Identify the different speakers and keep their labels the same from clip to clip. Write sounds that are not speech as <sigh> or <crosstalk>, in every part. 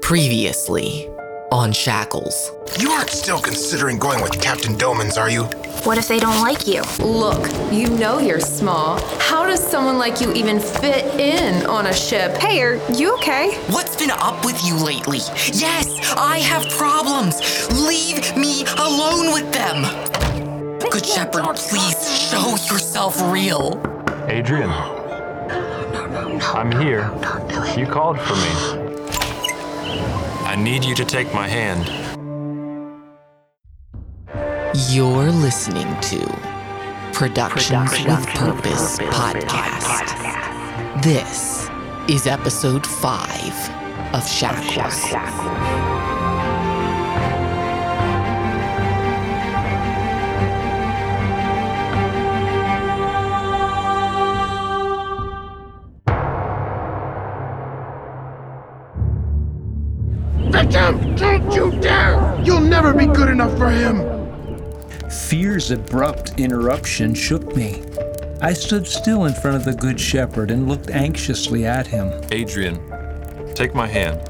Speaker 1: Previously on Shackles.
Speaker 2: You aren't still considering going with Captain Domans, are you?
Speaker 3: What if they don't like you?
Speaker 4: Look, you know you're small. How does someone like you even fit in on a ship?
Speaker 5: Hey, are you okay?
Speaker 1: What's been up with you lately? Yes, I have problems. Leave me alone with them. Good Shepherd, please show yourself real.
Speaker 6: Adrian. I'm here. You called for me. I need you to take my hand.
Speaker 1: You're listening to Productions, with Purpose, podcast. This is episode five of Shackles.
Speaker 2: Victim, don't you dare! You'll never be good enough for him!
Speaker 7: Fear's abrupt interruption shook me. I stood still in front of the Good Shepherd and looked anxiously at him.
Speaker 6: Adrian, take my hand.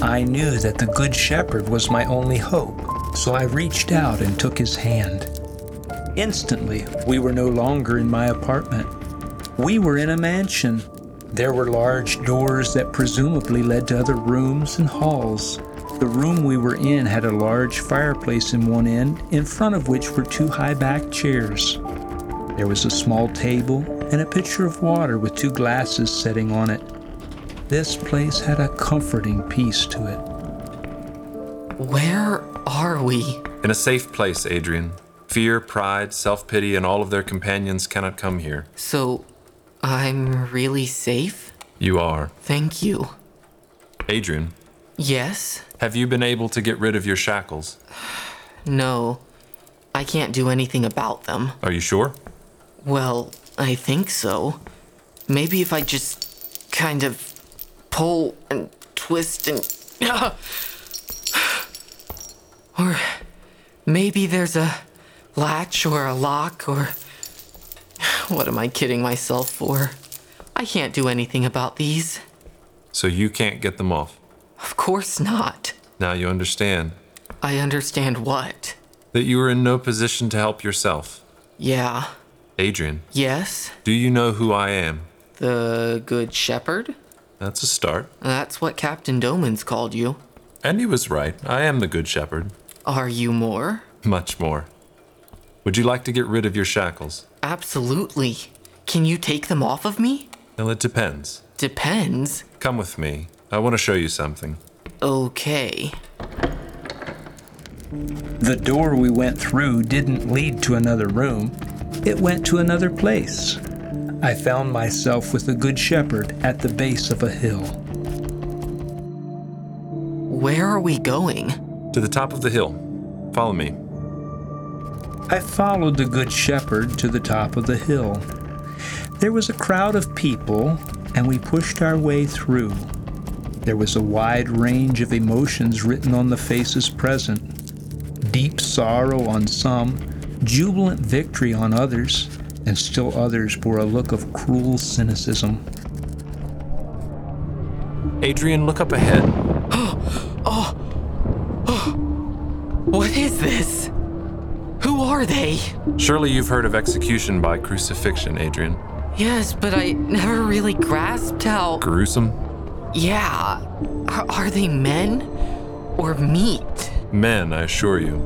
Speaker 7: I knew that the Good Shepherd was my only hope, so I reached out and took his hand. Instantly, we were no longer in my apartment. We were in a mansion. There were large doors that presumably led to other rooms and halls. The room we were in had a large fireplace in one end, in front of which were two high backed chairs. There was a small table and a pitcher of water with two glasses setting on it. This place had a comforting peace to it.
Speaker 1: Where are we?
Speaker 6: In a safe place, Adrian. Fear, pride, self pity, and all of their companions cannot come here.
Speaker 1: So, I'm really safe?
Speaker 6: You are.
Speaker 1: Thank you.
Speaker 6: Adrian,
Speaker 1: Yes?
Speaker 6: have you been able to get rid of your shackles?
Speaker 1: No. I can't do anything about them.
Speaker 6: Are you sure?
Speaker 1: Well, I think so. Maybe if I just kind of pull and twist and. <sighs> or maybe there's a latch or a lock or. <sighs> What am I kidding myself for? I can't do anything about these.
Speaker 6: So you can't get them off.
Speaker 1: Of course not.
Speaker 6: Now you understand
Speaker 1: I understand what.
Speaker 6: that you are in no position to help yourself.
Speaker 1: Yeah.
Speaker 6: Adrian,
Speaker 1: Yes.
Speaker 6: do you know who I am?
Speaker 1: The Good Shepherd?
Speaker 6: That's a start.
Speaker 1: That's what Captain Doman's called you.
Speaker 6: And he was right. I am the Good Shepherd. <laughs>
Speaker 1: Are you more?
Speaker 6: Much more. Would you like to get rid of your shackles?
Speaker 1: Absolutely. Can you take them off of me?
Speaker 6: Well, it depends.
Speaker 1: Depends.
Speaker 6: Come with me. I want to show you something.
Speaker 1: Okay.
Speaker 7: The door we went through didn't lead to another room, it went to another place. I found myself with the Good Shepherd at the base of a hill.
Speaker 1: Where are we going?
Speaker 6: To the top of the hill. Follow me.
Speaker 7: I followed the Good Shepherd to the top of the hill. There was a crowd of people, and we pushed our way through. There was a wide range of emotions written on the faces present deep sorrow on some, jubilant victory on others, and still others bore a look of cruel cynicism.
Speaker 6: Adrian, look up ahead.
Speaker 1: What is this? Who are they?
Speaker 6: Surely you've heard of execution by crucifixion, Adrian.
Speaker 1: Yes, but I never really grasped how.
Speaker 6: Gruesome?
Speaker 1: Yeah. Are, are they men? Or meat?
Speaker 6: Men, I assure you.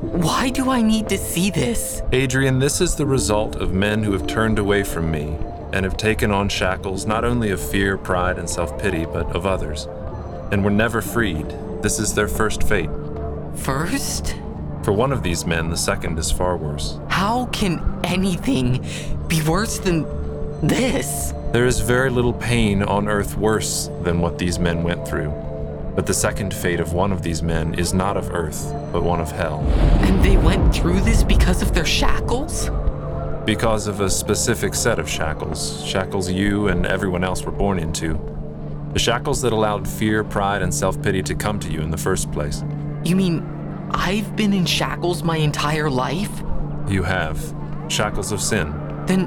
Speaker 1: Why do I need to see this?
Speaker 6: Adrian, this is the result of men who have turned away from me and have taken on shackles not only of fear, pride, and self pity, but of others, and were never freed. This is their first fate.
Speaker 1: First?
Speaker 6: For one of these men, the second is far worse.
Speaker 1: How can anything be worse than this?
Speaker 6: There is very little pain on earth worse than what these men went through. But the second fate of one of these men is not of earth, but one of hell,
Speaker 1: And they went through this because of their shackles?
Speaker 6: because of a specific set of shackles, shackles you and everyone else were born into. The shackles that allowed fear, pride, and self pity to come to you in the first place.
Speaker 1: You mean I've been in shackles my entire life?
Speaker 6: You have shackles of sin.
Speaker 1: Then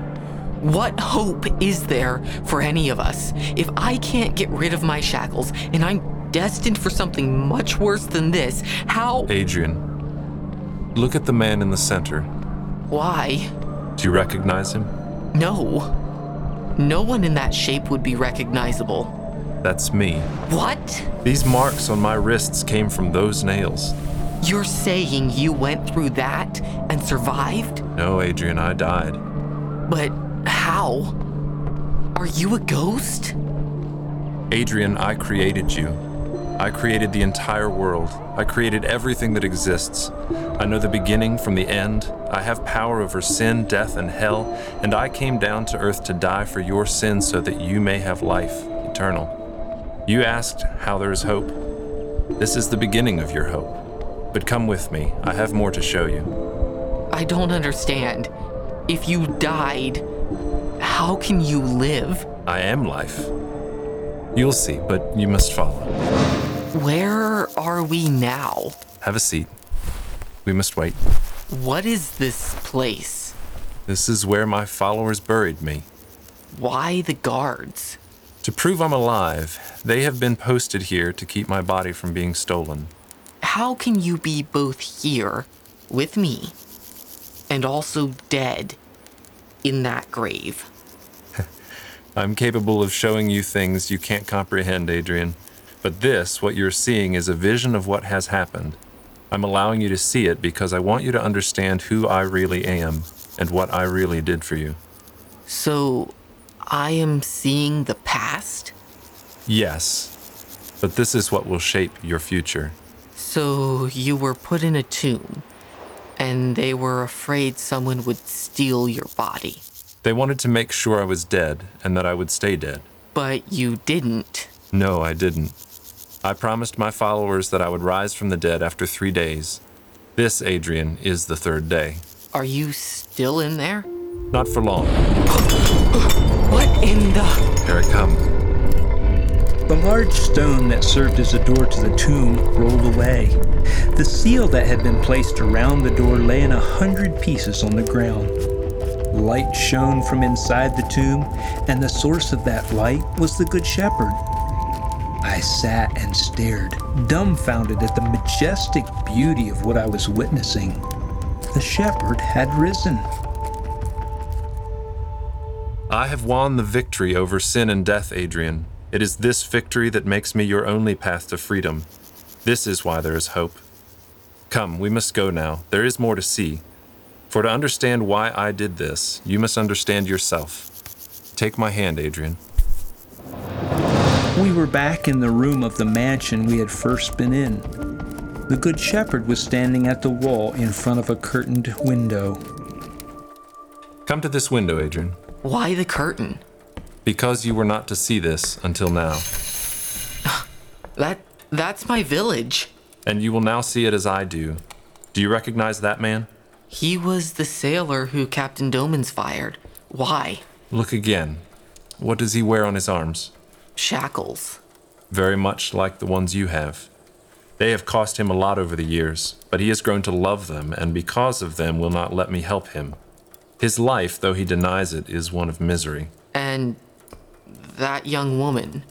Speaker 1: what hope is there for any of us if I can't get rid of my shackles and I'm destined for something much worse than this, how.
Speaker 6: Adrian, look at the man in the center.
Speaker 1: Why?
Speaker 6: Do you recognize him?
Speaker 1: No. No one in that shape would be recognizable.
Speaker 6: That's me.
Speaker 1: What?
Speaker 6: These marks on my wrists came from those nails.
Speaker 1: You're saying you went through that and survived?
Speaker 6: No, Adrian, I died.
Speaker 1: But how? Are you a ghost?
Speaker 6: Adrian, I created you. I created the entire world. I created everything that exists. I know the beginning from the end. I have power over sin, death, and hell, and I came down to earth to die for your sins so that you may have life eternal. You asked how there is hope. This is the beginning of your hope. But come with me, I have more to show you.
Speaker 1: I don't understand. If you died, how can you live?
Speaker 6: I am life. You'll see, but you must follow.
Speaker 1: Where are we now?
Speaker 6: Have a seat. We must wait.
Speaker 1: What is this place?
Speaker 6: This is where my followers buried me.
Speaker 1: Why the guards?
Speaker 6: To prove I'm alive, they have been posted here to keep my body from being stolen.
Speaker 1: How can you be both here with me and also dead in that grave?
Speaker 6: I'm capable of showing you things you can't comprehend, Adrian. But this, what you're seeing, is a vision of what has happened. I'm allowing you to see it because I want you to understand who I really am and what I really did for you.
Speaker 1: So I am seeing the past?
Speaker 6: Yes, but this is what will shape your future.
Speaker 1: So you were put in a tomb, and they were afraid someone would steal your body.
Speaker 6: They wanted to make sure I was dead and that I would stay dead.
Speaker 1: But you didn't.
Speaker 6: No, I didn't. I promised my followers that I would rise from the dead after three days. This, Adrian, is the third day.
Speaker 1: Are you still in there?
Speaker 6: Not for long.
Speaker 1: What in the.
Speaker 6: Here I come.
Speaker 7: The large stone that served as a door to the tomb rolled away. The seal that had been placed around the door lay in a hundred pieces on the ground. Light shone from inside the tomb, and the source of that light was the Good Shepherd. I sat and stared, dumbfounded at the majestic beauty of what I was witnessing. The shepherd had risen.
Speaker 6: I have won the victory over sin and death, Adrian. It is this victory that makes me your only path to freedom. This is why there is hope. Come, we must go now. There is more to see. For to understand why I did this, you must understand yourself. Take my hand, Adrian.
Speaker 7: We were back in the room of the mansion we had first been in. The Good Shepherd was standing at the wall in front of a curtained window.
Speaker 6: Come to this window, Adrian.
Speaker 1: Why the curtain?
Speaker 6: Because you were not to see this until now,
Speaker 1: That. That's my village.
Speaker 6: and you will now see it as I do. Do you recognize that man?
Speaker 1: He was the sailor who Captain Doman's fired. Why?
Speaker 6: Look again. What does he wear on his arms?
Speaker 1: Shackles.
Speaker 6: very much like the ones you have. They have cost him a lot over the years, but he has grown to love them, and because of them, will not let me help him. His life, though he denies it, is one of misery.
Speaker 1: And. that young woman.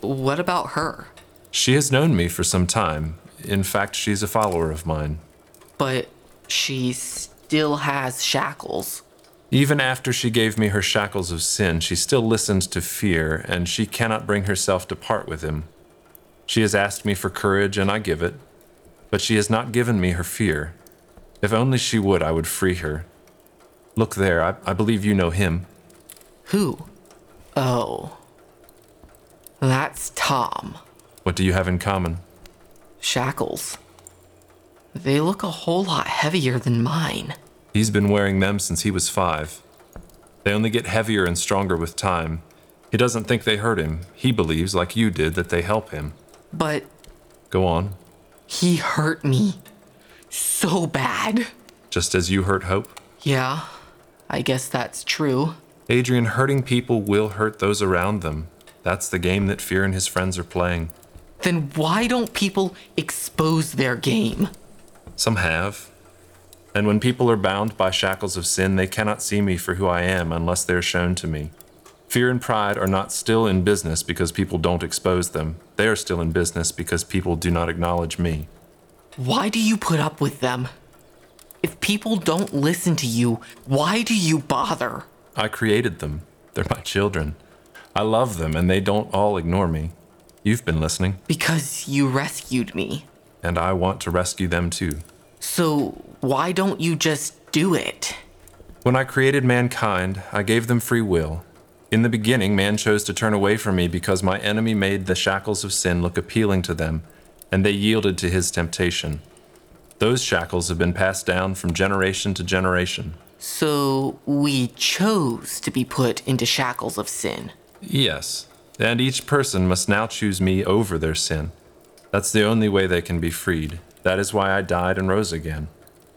Speaker 1: What about her?
Speaker 6: She has known me for some time. In fact, she's a follower of mine.
Speaker 1: But she still has shackles.
Speaker 6: Even after she gave me her shackles of sin, she still listens to fear, and she cannot bring herself to part with him. She has asked me for courage, and I give it, but she has not given me her fear. If only she would, I would free her. Look there, I, I believe you know him.
Speaker 1: Who? Oh. That's Tom.
Speaker 6: What do you have in common?
Speaker 1: Shackles. They look a whole lot heavier than mine.
Speaker 6: He's been wearing them since he was five. They only get heavier and stronger with time. He doesn't think they hurt him. He believes, like you did, that they help him.
Speaker 1: But
Speaker 6: Go on,
Speaker 1: he hurt me so bad.
Speaker 6: just as you hurt Hope.
Speaker 1: Yeah, I guess that's true.
Speaker 6: Adrian, hurting people will hurt those around them. That's the game that Fear and his friends are playing.
Speaker 1: Then why don't people expose their game?
Speaker 6: Some have. And when people are bound by shackles of sin, they cannot see me for who I am unless they are shown to me. Fear and pride are not still in business because people don't expose them. They are still in business because people do not acknowledge me.
Speaker 1: Why do you put up with them? If people don't listen to you, why do you bother?
Speaker 6: I created them. They're my children. I love them, and they don't all ignore me. You've been listening,
Speaker 1: Because you rescued me.
Speaker 6: and I want to rescue them too.
Speaker 1: So why don't you just do it?
Speaker 6: When I created mankind, I gave them free will. In the beginning, man chose to turn away from me because my enemy made the shackles of sin look appealing to them, and they yielded to his temptation. Those shackles have been passed down from generation to generation.
Speaker 1: So we chose to be put into shackles of sin.
Speaker 6: Yes, and each person must now choose me over their sin. That's the only way they can be freed. That is why I died and rose again.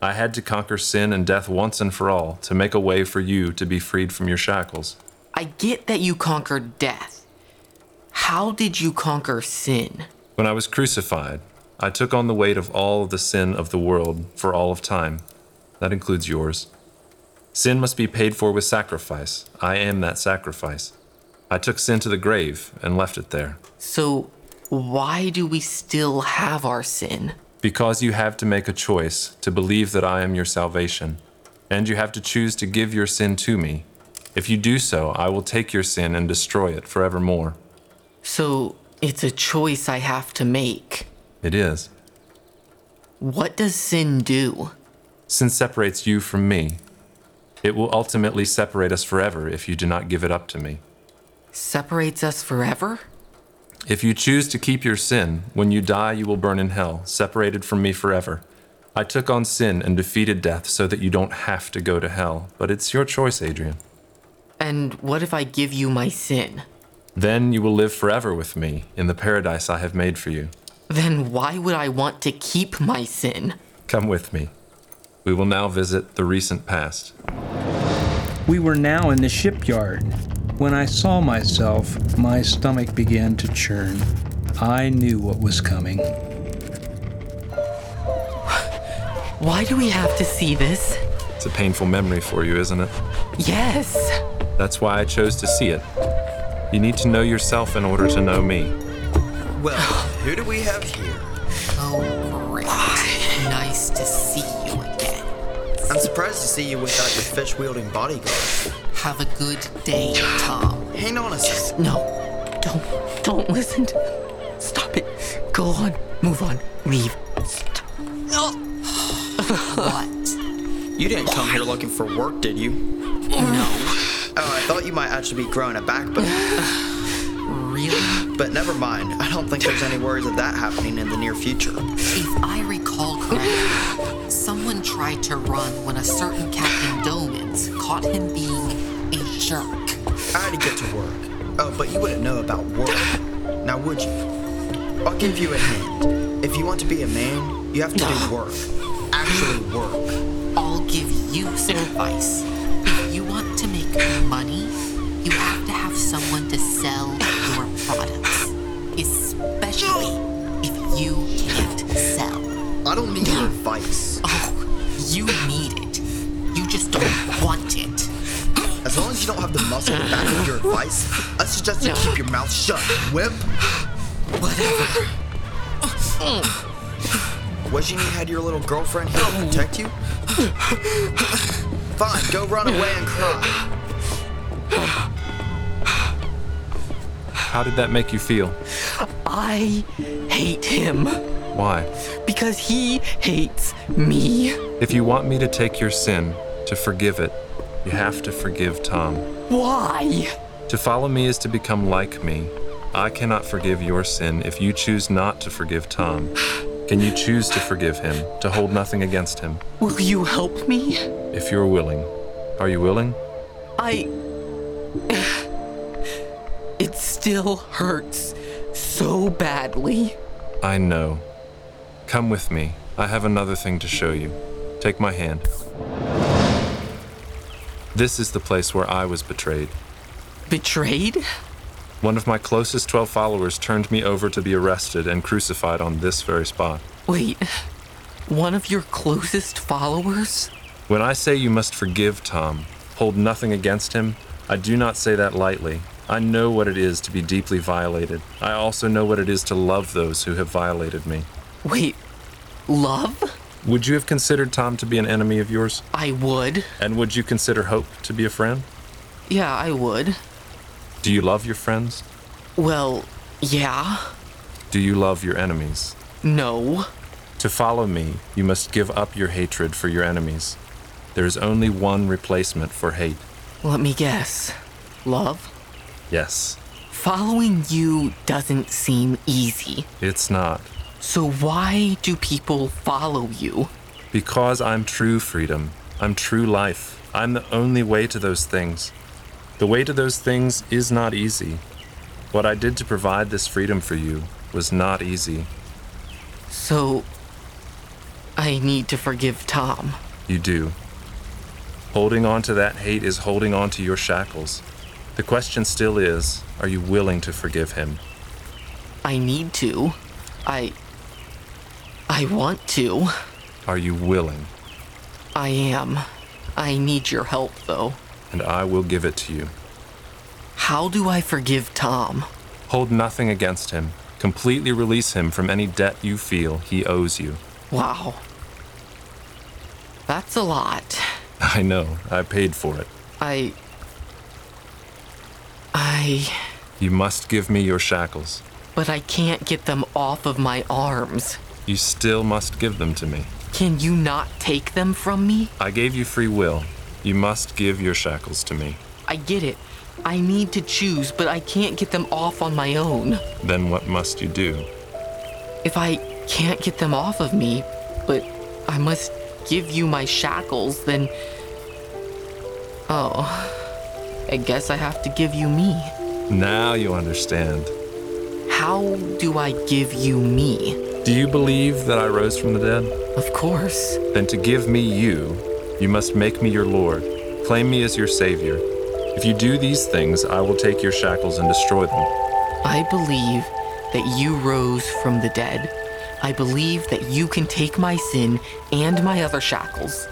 Speaker 6: I had to conquer sin and death once and for all to make a way for you to be freed from your shackles.
Speaker 1: I get that you conquered death. How did you conquer sin?
Speaker 6: When I was crucified, I took on the weight of all of the sin of the world for all of time. That includes yours. Sin must be paid for with sacrifice. I am that sacrifice. I took sin to the grave and left it there.
Speaker 1: So why do we still have our sin?
Speaker 6: Because you have to make a choice to believe that I am your salvation, and you have to choose to give your sin to me. If you do so, I will take your sin and destroy it forevermore.
Speaker 1: So it's a choice I have to make.
Speaker 6: It is.
Speaker 1: What does sin do?
Speaker 6: Sin separates you from me. It will ultimately separate us forever if you do not give it up to me.
Speaker 1: Separates us forever?
Speaker 6: If you choose to keep your sin, when you die, you will burn in hell, separated from me forever. I took on sin and defeated death so that you don't have to go to hell, but it's your choice, Adrian.
Speaker 1: And what if I give you my sin?
Speaker 6: Then you will live forever with me in the paradise I have made for you.
Speaker 1: Then why would I want to keep my sin?
Speaker 6: Come with me. We will now visit the recent past.
Speaker 7: We were now in the shipyard. When I saw myself, my stomach began to churn. I knew what was coming.
Speaker 1: Why do we have to see this?
Speaker 6: It's a painful memory for you, isn't it?
Speaker 1: Yes.
Speaker 6: That's why I chose to see it. You need to know yourself in order to know me.
Speaker 3: Well, who do we have here?
Speaker 1: Great. nice to see you again.
Speaker 3: I'm surprised to see you without your fish wielding bodyguard.
Speaker 1: Have a good day, Tom.
Speaker 3: Hang on a second.
Speaker 1: No, don't, don't listen. To, stop it. Go on. Move on. Leave. Stop. No. what?
Speaker 3: You didn't come here looking for work, did you?
Speaker 1: No.
Speaker 3: Oh, I thought you might actually be growing a <sighs> backbone.
Speaker 1: Really?
Speaker 3: But never mind. I don't think there's any worries of that happening in the near future.
Speaker 5: If I recall correctly, someone tried to run when a certain Captain Domans caught him being a jerk.
Speaker 3: I had to get to work. Oh, but you wouldn't know about work. Now, would you? I'll give you a hint. If you want to be a man, you have to do work. Actually, work.
Speaker 5: I'll give you some advice. If you want to make money, you have to have someone to sell your products, especially if you can't sell.
Speaker 3: I don't need your advice.
Speaker 5: Oh, you need it. You just don't want it.
Speaker 3: As long as you don't have the muscle to back up your advice, I suggest you keep your mouth shut, whip.
Speaker 5: Whatever.
Speaker 3: Wishing you had your little girlfriend here to protect you? Fine, go run away and cry.
Speaker 6: How did that make you feel?
Speaker 1: I hate him
Speaker 6: Why?
Speaker 1: because he hates me.
Speaker 6: If you want me to take your sin, to forgive it, you have to forgive Tom.
Speaker 1: Why?
Speaker 6: To follow me is to become like me. I cannot forgive your sin if you choose not to forgive Tom. Can you choose to forgive him, to hold nothing against him,
Speaker 1: Will you help me?
Speaker 6: if you're willing? Are you willing?
Speaker 1: I. <sighs> It still hurts so badly.
Speaker 6: I know. Come with me. I have another thing to show you. Take my hand. This is the place where I was betrayed.
Speaker 1: Betrayed?
Speaker 6: One of my closest 12 followers turned me over to be arrested and crucified on this very spot.
Speaker 1: Wait, one of your closest followers?
Speaker 6: When I say you must forgive Tom, hold nothing against him, I do not say that lightly. I know what it is to be deeply violated. I also know what it is to love those who have violated me.
Speaker 1: Wait, love?
Speaker 6: Would you have considered Tom to be an enemy of yours?
Speaker 1: I would.
Speaker 6: And would you consider Hope to be a friend?
Speaker 1: Yeah, I would.
Speaker 6: Do you love your friends?
Speaker 1: Well, yeah.
Speaker 6: Do you love your enemies?
Speaker 1: No.
Speaker 6: To follow me, you must give up your hatred for your enemies. There is only one replacement for hate.
Speaker 1: Let me guess. Love?
Speaker 6: Yes,
Speaker 1: Following you doesn't seem easy.
Speaker 6: it's not.
Speaker 1: So why do people follow you?
Speaker 6: Because I'm true freedom. I'm true life. I'm the only way to those things. The way to those things is not easy. What I did to provide this freedom for you was not easy.
Speaker 1: So I need to forgive Tom.
Speaker 6: You do. Holding on to that hate is holding on to your shackles. The question still is are you willing to forgive him?
Speaker 1: I need to. I I want to.
Speaker 6: Are you willing?
Speaker 1: I am. I need your help though.
Speaker 6: And I will give it to you.
Speaker 1: How do I forgive Tom?
Speaker 6: Hold nothing against him. Completely release him from any debt you feel he owes you. <laughs>
Speaker 1: Wow. That's a lot.
Speaker 6: I know, I paid for it.
Speaker 1: I I
Speaker 6: You must give me your shackles.
Speaker 1: but I can't get them off of my arms.
Speaker 6: You still must give them to me.
Speaker 1: Can you not take them from me?
Speaker 6: I gave you free will. You must give your shackles to me.
Speaker 1: I get it. I need to choose, but I can't get them off on my own.
Speaker 6: Then what must you do?
Speaker 1: If I can't get them off of me, but I must give you my shackles, then. Oh. I guess I have to give you me.
Speaker 6: Now you understand.
Speaker 1: How do I give you me?
Speaker 6: Do you believe that I rose from the dead?
Speaker 1: Of course.
Speaker 6: Then to give me you, you must make me your Lord, claim me as your Savior. If you do these things, I will take your shackles and destroy them.
Speaker 1: I believe that you rose from the dead. I believe that you can take my sin and my other shackles.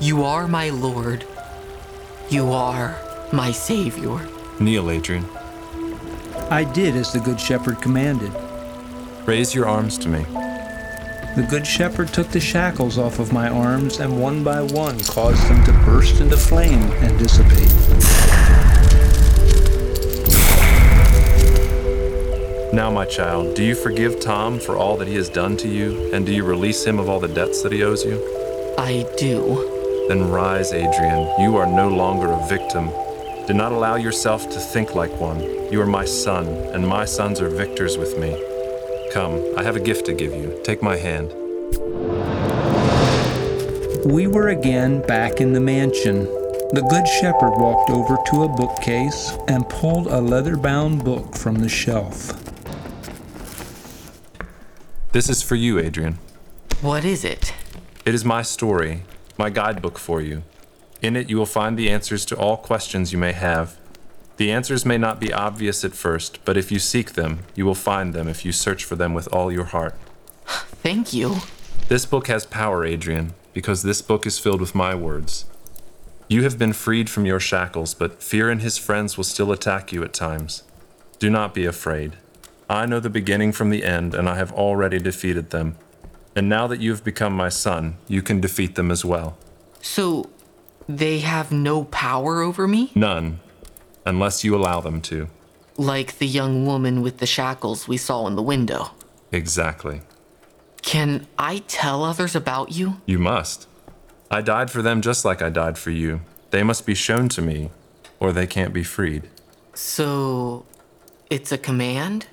Speaker 1: You are my Lord. You are my Savior.
Speaker 6: Kneel, Adrian.
Speaker 7: I did as the Good Shepherd commanded.
Speaker 6: Raise your arms to me.
Speaker 7: The Good Shepherd took the shackles off of my arms and one by one caused them to burst into flame and dissipate.
Speaker 6: Now, my child, do you forgive Tom for all that he has done to you, and do you release him of all the debts that he owes you?
Speaker 1: I do.
Speaker 6: Then rise, Adrian. You are no longer a victim. Do not allow yourself to think like one. You are my son, and my sons are victors with me. Come, I have a gift to give you. Take my hand.
Speaker 7: We were again back in the mansion. The Good Shepherd walked over to a bookcase and pulled a leather bound book from the shelf.
Speaker 6: This is for you, Adrian.
Speaker 1: What is it?
Speaker 6: It is my story, my guidebook for you. In it, you will find the answers to all questions you may have. The answers may not be obvious at first, but if you seek them, you will find them if you search for them with all your heart.
Speaker 1: Thank you.
Speaker 6: This book has power, Adrian, because this book is filled with my words. You have been freed from your shackles, but fear and his friends will still attack you at times. Do not be afraid. I know the beginning from the end, and I have already defeated them. And now that you have become my son, you can defeat them as well.
Speaker 1: So, they have no power over me?
Speaker 6: None, unless you allow them to.
Speaker 1: Like the young woman with the shackles we saw in the window.
Speaker 6: Exactly.
Speaker 1: Can I tell others about you?
Speaker 6: You must. I died for them just like I died for you. They must be shown to me, or they can't be freed.
Speaker 1: So, it's a command?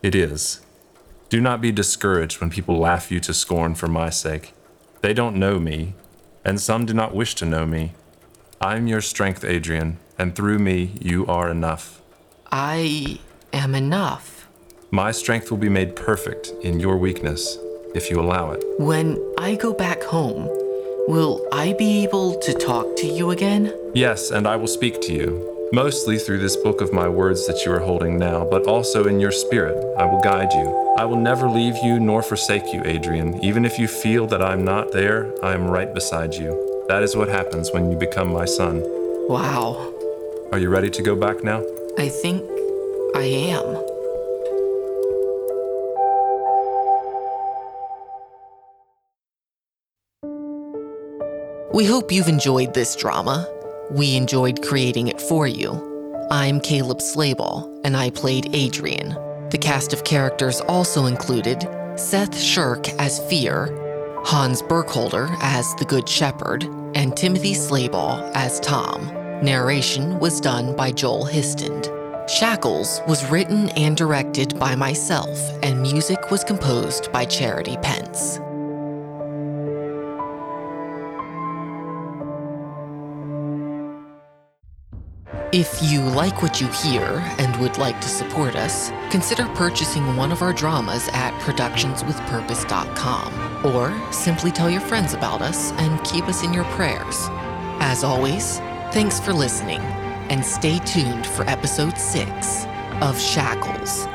Speaker 6: It is. Do not be discouraged when people laugh you to scorn for my sake. They don't know me, and some do not wish to know me. I am your strength, Adrian, and through me you are enough.
Speaker 1: I am enough.
Speaker 6: My strength will be made perfect in your weakness, if you allow it.
Speaker 1: When I go back home, will I be able to talk to you again?
Speaker 6: Yes, and I will speak to you, mostly through this book of my words that you are holding now, but also in your spirit. I will guide you. I will never leave you nor forsake you, Adrian. Even if you feel that I'm not there, I am right beside you. That is what happens when you become my son.
Speaker 1: Wow.
Speaker 6: Are you ready to go back now?
Speaker 1: I think I am. We hope you've enjoyed this drama. We enjoyed creating it for you. I'm Caleb Slayball, and I played Adrian. The cast of characters also included Seth Shirk as Fear, Hans Burkholder as the Good Shepherd, and Timothy Slayball as Tom. Narration was done by Joel Histond. Shackles was written and directed by myself, and music was composed by Charity Pence. If you like what you hear and would like to support us, consider purchasing one of our dramas at productionswithpurpose.com or simply tell your friends about us and keep us in your prayers. As always, thanks for listening and stay tuned for episode 6 of Shackles.